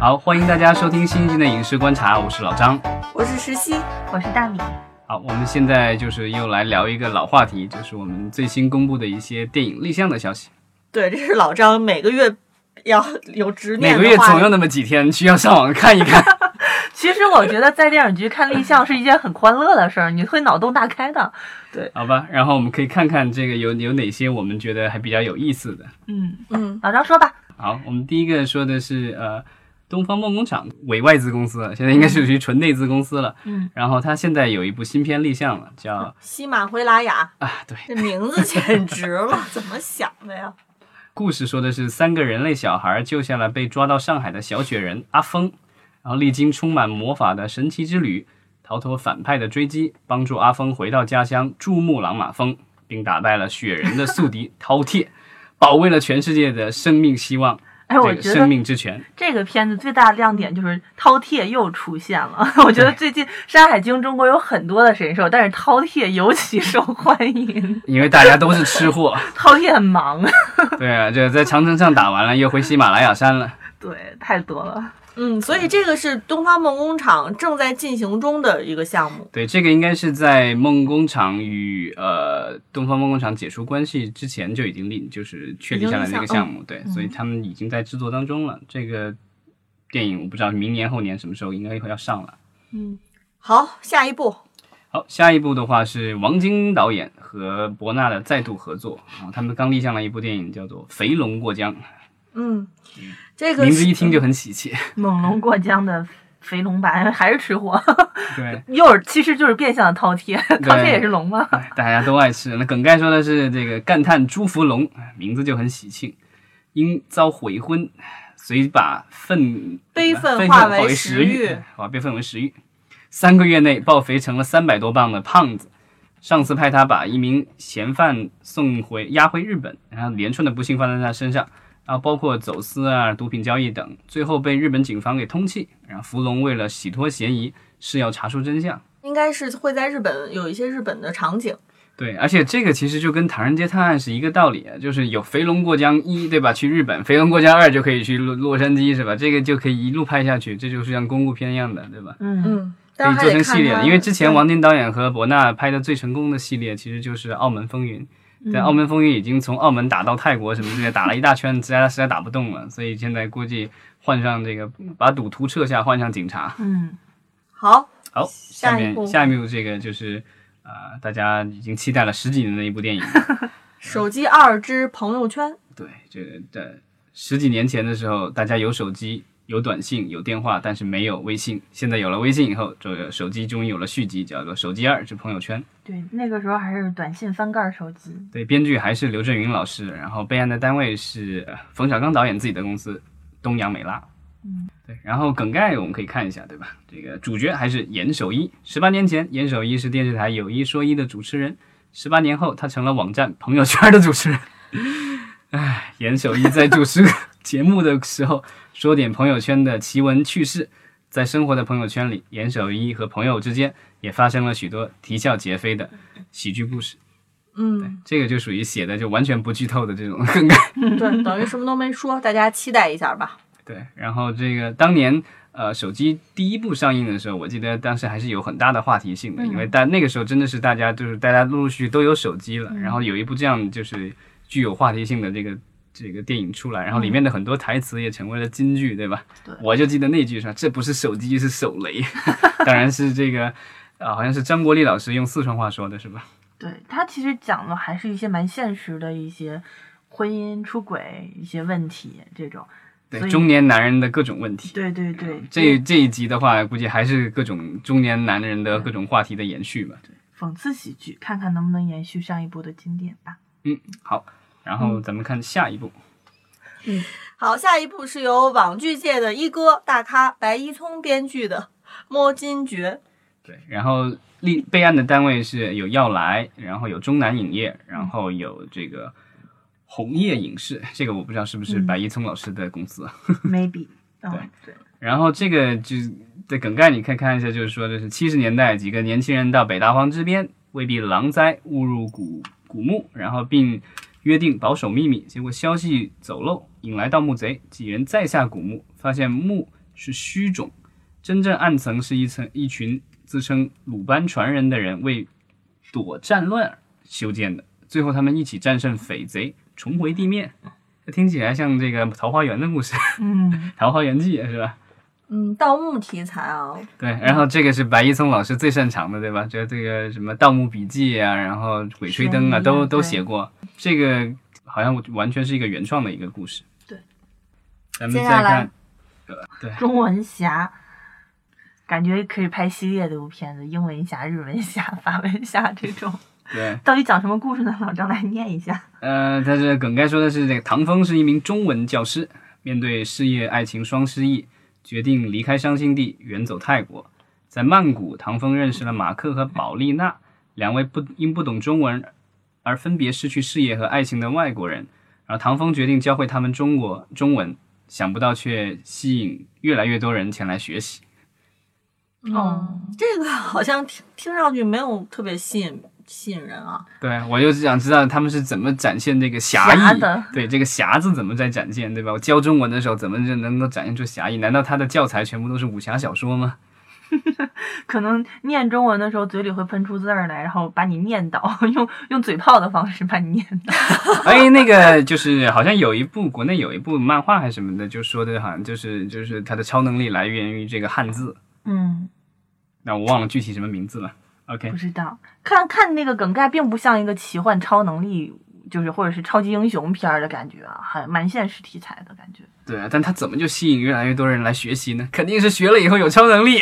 好，欢迎大家收听新一期的《影视观察》，我是老张。我是石溪，我是大米，好，我们现在就是又来聊一个老话题，就是我们最新公布的一些电影立项的消息。对，这是老张每个月要有执每念个的月话总有那么几天需要上网看一看。 其实我觉得在电影剧看立项是一件很欢乐的事儿，你会脑洞大开的。好吧，然后我们可以看看这个有有哪些我们觉得还比较有意思的。嗯，嗯，老张说吧，好，我们第一个说的是呃，东方梦工厂伪外资公司了，现在应该是属于纯内资公司了。嗯，然后它现在有一部新片立项了，叫西马回拉雅啊，对，这名字简直了， 怎么想的呀？故事说的是三个人类小孩救下了被抓到上海的小雪人阿峰，然后历经充满魔法的神奇之旅，逃脱反派的追击，帮助阿峰回到家乡珠穆朗玛峰，并打败了雪人的宿敌饕餮，保卫了全世界的生命希望，哎，我这个觉生得命之泉。这个片子最大的亮点就是饕餮又出现了。 我觉得最近《山海经》中国有很多的神兽，但是饕餮尤其受 欢迎。因为大家都是吃货， 饕餮很忙，对啊，这在长城上打完了，又回喜马拉雅山了。对，太多了。嗯，所以这个是东方梦工厂正在进行中的一个项目。对，这个应该是在梦工厂与呃东方梦工厂解除关系之前就已经立，就是确立下来的一个项目，对，所以他们已经在制作当中了。这个电影我不知道明年后年什么时候应该会要上了。嗯，好，下一步，好，下一部的话是王晶导演和伯纳的再度合作，然后他们刚立项了一部电影叫做《肥龙过江嗯，这》，个名字一是听就很喜气。 猛龙过江的肥龙白还是吃货， 对，又是其实就是变相的饕 餮，饕餮也是龙吗？哎大家都爱吃。那梗概说的是这个干探朱福龙，名字就很喜庆，因遭悔婚，遂把愤悲愤愤化为为食欲欲，啊，被愤为食欲。三个月内暴肥成了三百多磅的胖子。上司派他把一名嫌犯送回押回日本，然后连串的不幸发生在他身上，然后包括走私啊、毒品交易等，最后被日本警方给通缉。然后福龙为了洗脱嫌疑，是要查出真相。应该是会在日本有一些日本的场景。对，而且这个其实就跟《唐人街探案》是一个道理，啊就是有《肥龙过江一》，对吧？去日本，《肥龙过江二》就可以去洛洛杉矶，是吧？这个就可以一路拍下去，这就是像公路片一样的，对吧？嗯，嗯，可但以是还做得成看系列的，它因为之前对王晶导演和伯纳拍的最成功的系列其实就是《澳门风云》，嗯但《澳门风云》已经从澳门打到泰国什么之类，打了一大圈，实在实在打不动了，所以现在估计换上这个把赌徒撤下，换上警察，嗯，好，好，下下一面部下一部这个就是啊、呃大家已经期待了十几年的一部电影。手机二之朋友圈，对，这个在十几年前的时候，大家有手机、有短信、有电话，但是没有微信。现在有了微信以后，这个手机终于有了续集，叫做《手机二之朋友圈》。对，那个时候还是短信翻盖手机。对，编剧还是刘震云老师，然后备案的单位是呃冯小刚导演自己的公司东阳美拉。嗯，对，然后梗概我们可以看一下，对吧？这个主角还是严守一。十八年前，严守一是电视台有一说一的主持人，十八年后他成了网站朋友圈的主持人。唉，严守一在主持 节目的时候说点朋友圈的奇闻趣事，在生活的朋友圈里，严守一和朋友之间也发生了许多啼笑皆非的喜剧故事。嗯，这个就属于写的就完全不剧透的这种 梗概。对，等于什么都没说，大家期待一下吧。对，然后这个当年呃手机第一部上映的时候，我记得当时还是有很大的话题性的，因嗯为大那个时候真的是大家就是大家陆陆续续都有手机嗯了，然后有一部这样就是具有话题性的这个。这个电影出来，然后里面的很多台词也成为了金句，对吧？嗯对我就记得那句是吧这不是手机是手雷， 当然是这个啊，好像是张国立老师用四川话说的，是吧？对他其实讲的还是一些蛮现实的一些婚姻、出轨一些问题这种。对所，以中年男人的各种问题。对对对，这这一集的话，估计还是各种中年男人的各种话题的延续吧。讽刺喜剧，看看能不能延续上一部的经典吧。嗯，好，然后咱们看下一步。好，下一部是由网剧界的一哥大咖白一聪编剧的《摸金诀对，然后立备案的单位是有耀来，然后有中南影业，然后有这个红叶影视，这个我不知道是不是嗯白一聪老师的公司啊。 Maybe，嗯，对，然后这个就的梗概，你可以看一下，就是说，就是七十年代几个年轻人到北大荒之边，为避狼灾误入古古墓，然后并约定保守秘密，结果消息走漏，引来盗墓贼，几人再下古墓，发现墓是虚种，真正暗层是一层一群自称鲁班传人的人为躲战乱而修建的。最后他们一起战胜匪贼，重回地面。这听起来像这个桃花源的故事， 《嗯，桃花源记》是吧？嗯，盗墓题材啊，哦对，然后这个是白一松老师最擅长的，对吧？这这个什么《盗墓笔记》啊，然后《鬼吹灯》啊，悬疑啊都都对写过。这个好像完全是一个原创的一个故事。对，咱们接再下来看，对，中文侠，感觉可以拍系列的一部片子，英文侠、日文侠、法文侠这种，对，到底讲什么故事呢？老张来念一下。呃，他是梗概说的是这个唐风是一名中文教师，面对事业爱情双失意，决定离开伤心地，远走泰国。在曼谷，唐风认识了马克和宝丽娜两位不因不懂中文而分别失去事业和爱情的外国人。然后唐风决定教会他们中国中文，想不到却吸引越来越多人前来学习。哦嗯，这个好像听听上去没有特别吸引吸引人啊。对我就是想知道他们是怎么展现这个侠义侠的对这个侠字怎么在展现，对吧？我教中文的时候怎么就能够展现出侠义？难道他的教材全部都是武侠小说吗？ 可能念中文的时候嘴里会喷出字儿来，然后把你念倒，用用嘴炮的方式把你念倒。哎，那个就是好像有一部国内有一部漫画还是什么的，就说的好像就是就是他的超能力来源于这个汉字，嗯，那我忘了具体什么名字了。OK，不知道，看看那个梗概，并不像一个奇幻超能力，就是或者是超级英雄片儿的感觉啊，还蛮现实题材的感觉。对啊，但他怎么就吸引越来越多人来学习呢？肯定是学了以后有超能力。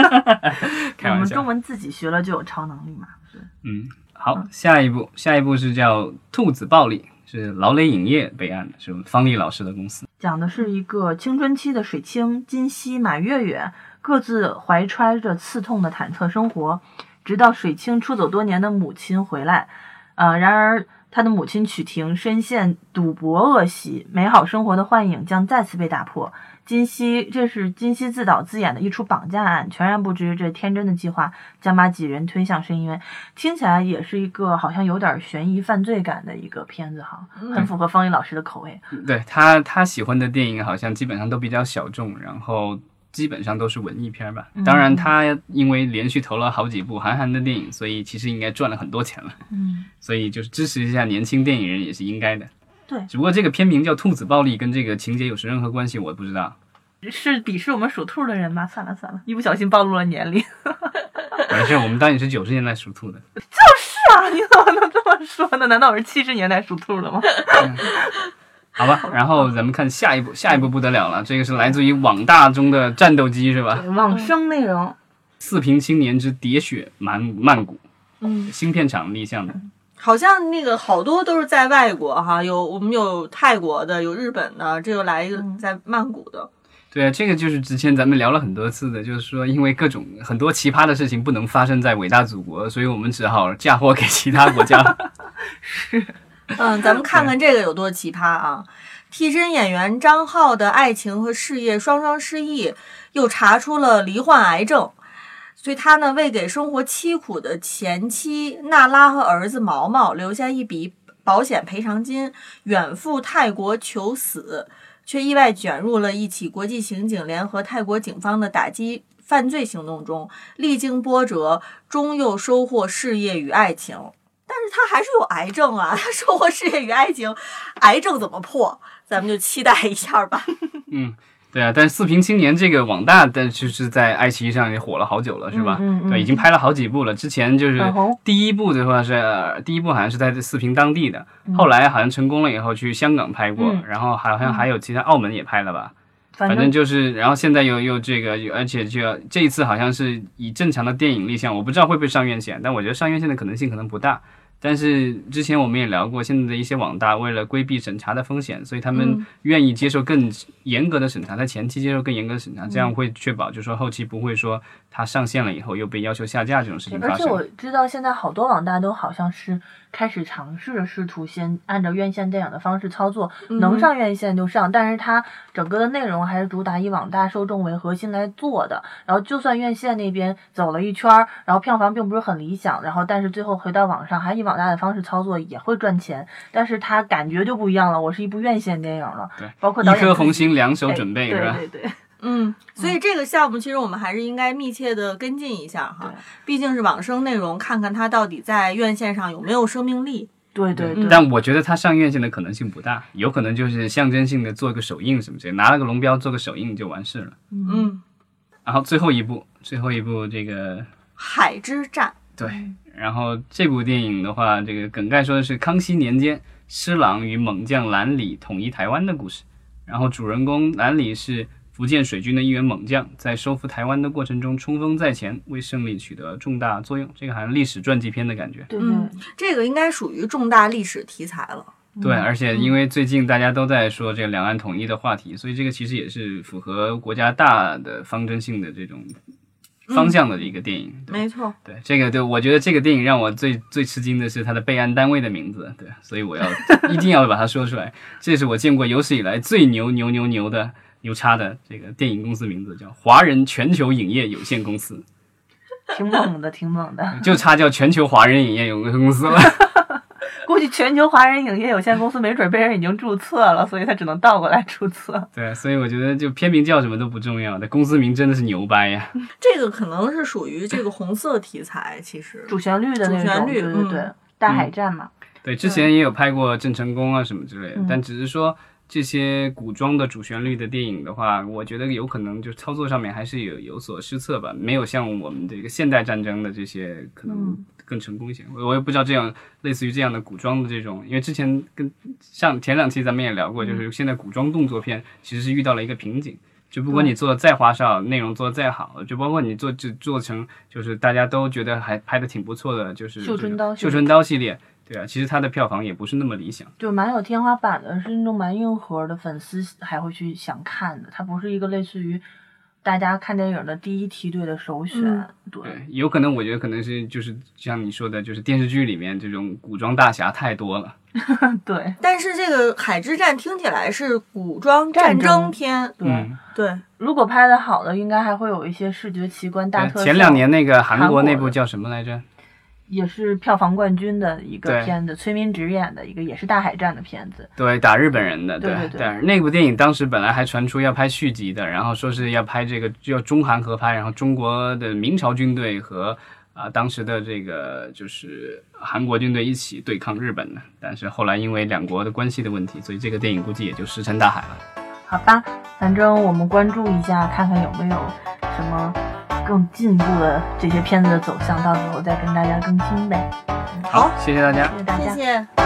开我玩们笑中。文自己学了就有超能力嘛？对，嗯，好，下一步，下一步是叫《兔子暴力》，是劳雷影业备案的，是我们方丽老师的公司。讲的是一个青春期的水清、金希、马月月各自怀揣着刺痛的忐忑生活，直到水清出走多年的母亲回来。呃，然而他的母亲曲婷深陷赌博恶习，美好生活的幻影将再次被打破。金希，这是金希自导自演的一出绑架案，全然不知这天真的计划将把几人推向深渊。听起来也是一个好像有点悬疑犯罪感的一个片子哈，嗯很符合方一老师的口味。对他，他喜欢的电影好像基本上都比较小众，然后基本上都是文艺片儿吧。当然，他因为连续投了好几部韩寒的电影，所以其实应该赚了很多钱了。 嗯。所以就是支持一下年轻电影人也是应该的。对只不过这个片名叫《兔子暴力》，跟这个情节有任何关系我不知道。是鄙视我们属兔的人吗？算了算了，一不小心暴露了年龄。 是没事，我们当年是九十年代属兔的。啊，你怎么能这么说呢？难道我是七十年代属兔的吗？好吧，然后咱们看下一步，下一步不得了了，这个是来自于网大中的战斗机是吧？ 往生内容，四平青年之喋血满曼谷嗯，芯片厂立项的，好像那个好多都是在外国哈，有我们有泰国的，有日本的，这又来一嗯个在曼谷的。对啊，这个就是之前咱们聊了很多次的，就是说因为各种很多奇葩的事情不能发生在伟大祖国，所以我们只好嫁祸给其他国家了。嗯，咱们看看这个有多奇葩啊！替身演员张浩的爱情和事业双双失意，又查出了罹患癌症，所以他呢为给生活凄苦的前妻娜拉和儿子毛毛留下一笔保险赔偿金，远赴泰国求死，却意外卷入了一起国际刑警联合泰国警方的打击犯罪行动中，历经波折，终又收获事业与爱情。但是他还是有癌症啊， 他收获事业与爱情，癌症怎么破？咱们就期待一下 吧。对啊，但是四平青年这个网大，但就是在爱奇艺上也火了好久了，是吧？嗯嗯嗯对，已经拍了好几部了。之前就是很红第一部的话是、呃第一部好像是在四平当地的，后来好像成功了以后去香港拍过，嗯然后好像还有其他澳门也拍了吧。反反正就是，然后现在又又这个，又而且这这一次好像是以正常的电影立项，我不知道会不会上院线，但我觉得上院线的可能性可能不大。但是之前我们也聊过，现在的一些网大为了规避审查的风险，所以他嗯们愿意接受更严格的审查，在前期接受更严格的审查，这嗯样会确保就是说后期不会说它上线了以后又被要求下架这种事情而发且我生。知道现在好多网大都好像是开始尝试着试图先按照院线电影的方式操作，嗯能上院线就上，但是它整个的内容还是主打以网大受众为核心来做的。然后就算院线那边走了一圈儿，然后票房并不是很理想，然后但是最后回到网上还以网大的方式操作也会赚钱，但是它感觉就不一样了，我是一部院线电影了对。包括导一演颗自红己心，两手哎准备，是吧？对对对，嗯，所以这个项目其实我们还是应该密切的跟进一下哈，毕竟是往生内容，看看它到底在院线上有没有生命力。对对嗯嗯对，但我觉得它上院线的可能性不大，有可能就是象征性的做个首映什么之类，拿了个龙标做个首映就完事了。嗯，然后最后一部，最后一部这个海之战，对，然后这部电影的话，这个梗概说的是康熙年间施琅与猛将兰里统一台湾的故事。然后主人公兰里是福建水军的一员猛将，在收复台湾的过程中冲锋在前，为胜利取得重大作用。这个好像历史传记片的感觉。对嗯对，这个应该属于重大历史题材了。对，而且因为最近大家都在说这个两岸统一的话题，所以这个其实也是符合国家大的方针性的这种方向的一个电影。对没错，对，这个对我觉得这个电影让我最最吃惊的是它的备案单位的名字，对，所以我要一定要把它说出来。这是我见过有史以来最牛牛牛牛的牛叉的这个电影公司名字，叫华人全球影业有限公司，挺猛的，挺猛的。就差叫全球华人影业有限公司了。 估计全球华人影业有限公司没准被人已经注册了，所以他只能倒过来注册。对，所以我觉得就片名叫什么都不重要，的公司名真的是牛掰呀。这个可能是属于这个红色题材，其实主旋律的那主旋种，律嗯对对对，大嗯海战嘛，对，之前也有拍过郑成功啊什么之类的，嗯但只是说这些古装的主旋律的电影的话，我觉得有可能就操作上面还是有有所失策吧，没有像我们这个现代战争的这些可能嗯更成功一些。我我也不知道这样类似于这样的古装的这种，因为之前跟上前两期咱们也聊嗯过，就是现在古装动作片其实是遇到了一个瓶颈。就不管你做的再花哨，内容做的再好，就包括你做只做成就是大家都觉得还拍的挺不错的，就是绣春这种刀系绣列春刀系列，对啊，其实它的票房也不是那么理想。就蛮有天花板的，是那种蛮硬核的，粉丝还会去想看的。它不是一个类似于大家看电影的第一梯队的首选，嗯对，对，有可能我觉得可能是就是像你说的，就是电视剧里面这种古装大侠太多了。对但是这个海之战听起来是古装战战争争片，对、嗯，对，如果拍的好的，应该还会有一些视觉奇观大特对效。前两年那个韩韩国国那部的叫什么来着？也是票房冠军的一对个片子，崔民植演的一个也是大海战的片子。对，打日本人的，对对对对那部电影当时本来还传出要拍续集的，然后说是要拍这个就要中韩合拍，然后中国的明朝军队和啊、当时的这个就是韩国军队一起对抗日本的，但是后来因为两国的关系的问题，所以这个电影估计也就石沉大海了。好吧，嗯反正我们关注一下，看看有没有什么更进步的这些片子的走向，到时候再跟大家更新呗。好，谢谢大家。谢谢大家。谢谢。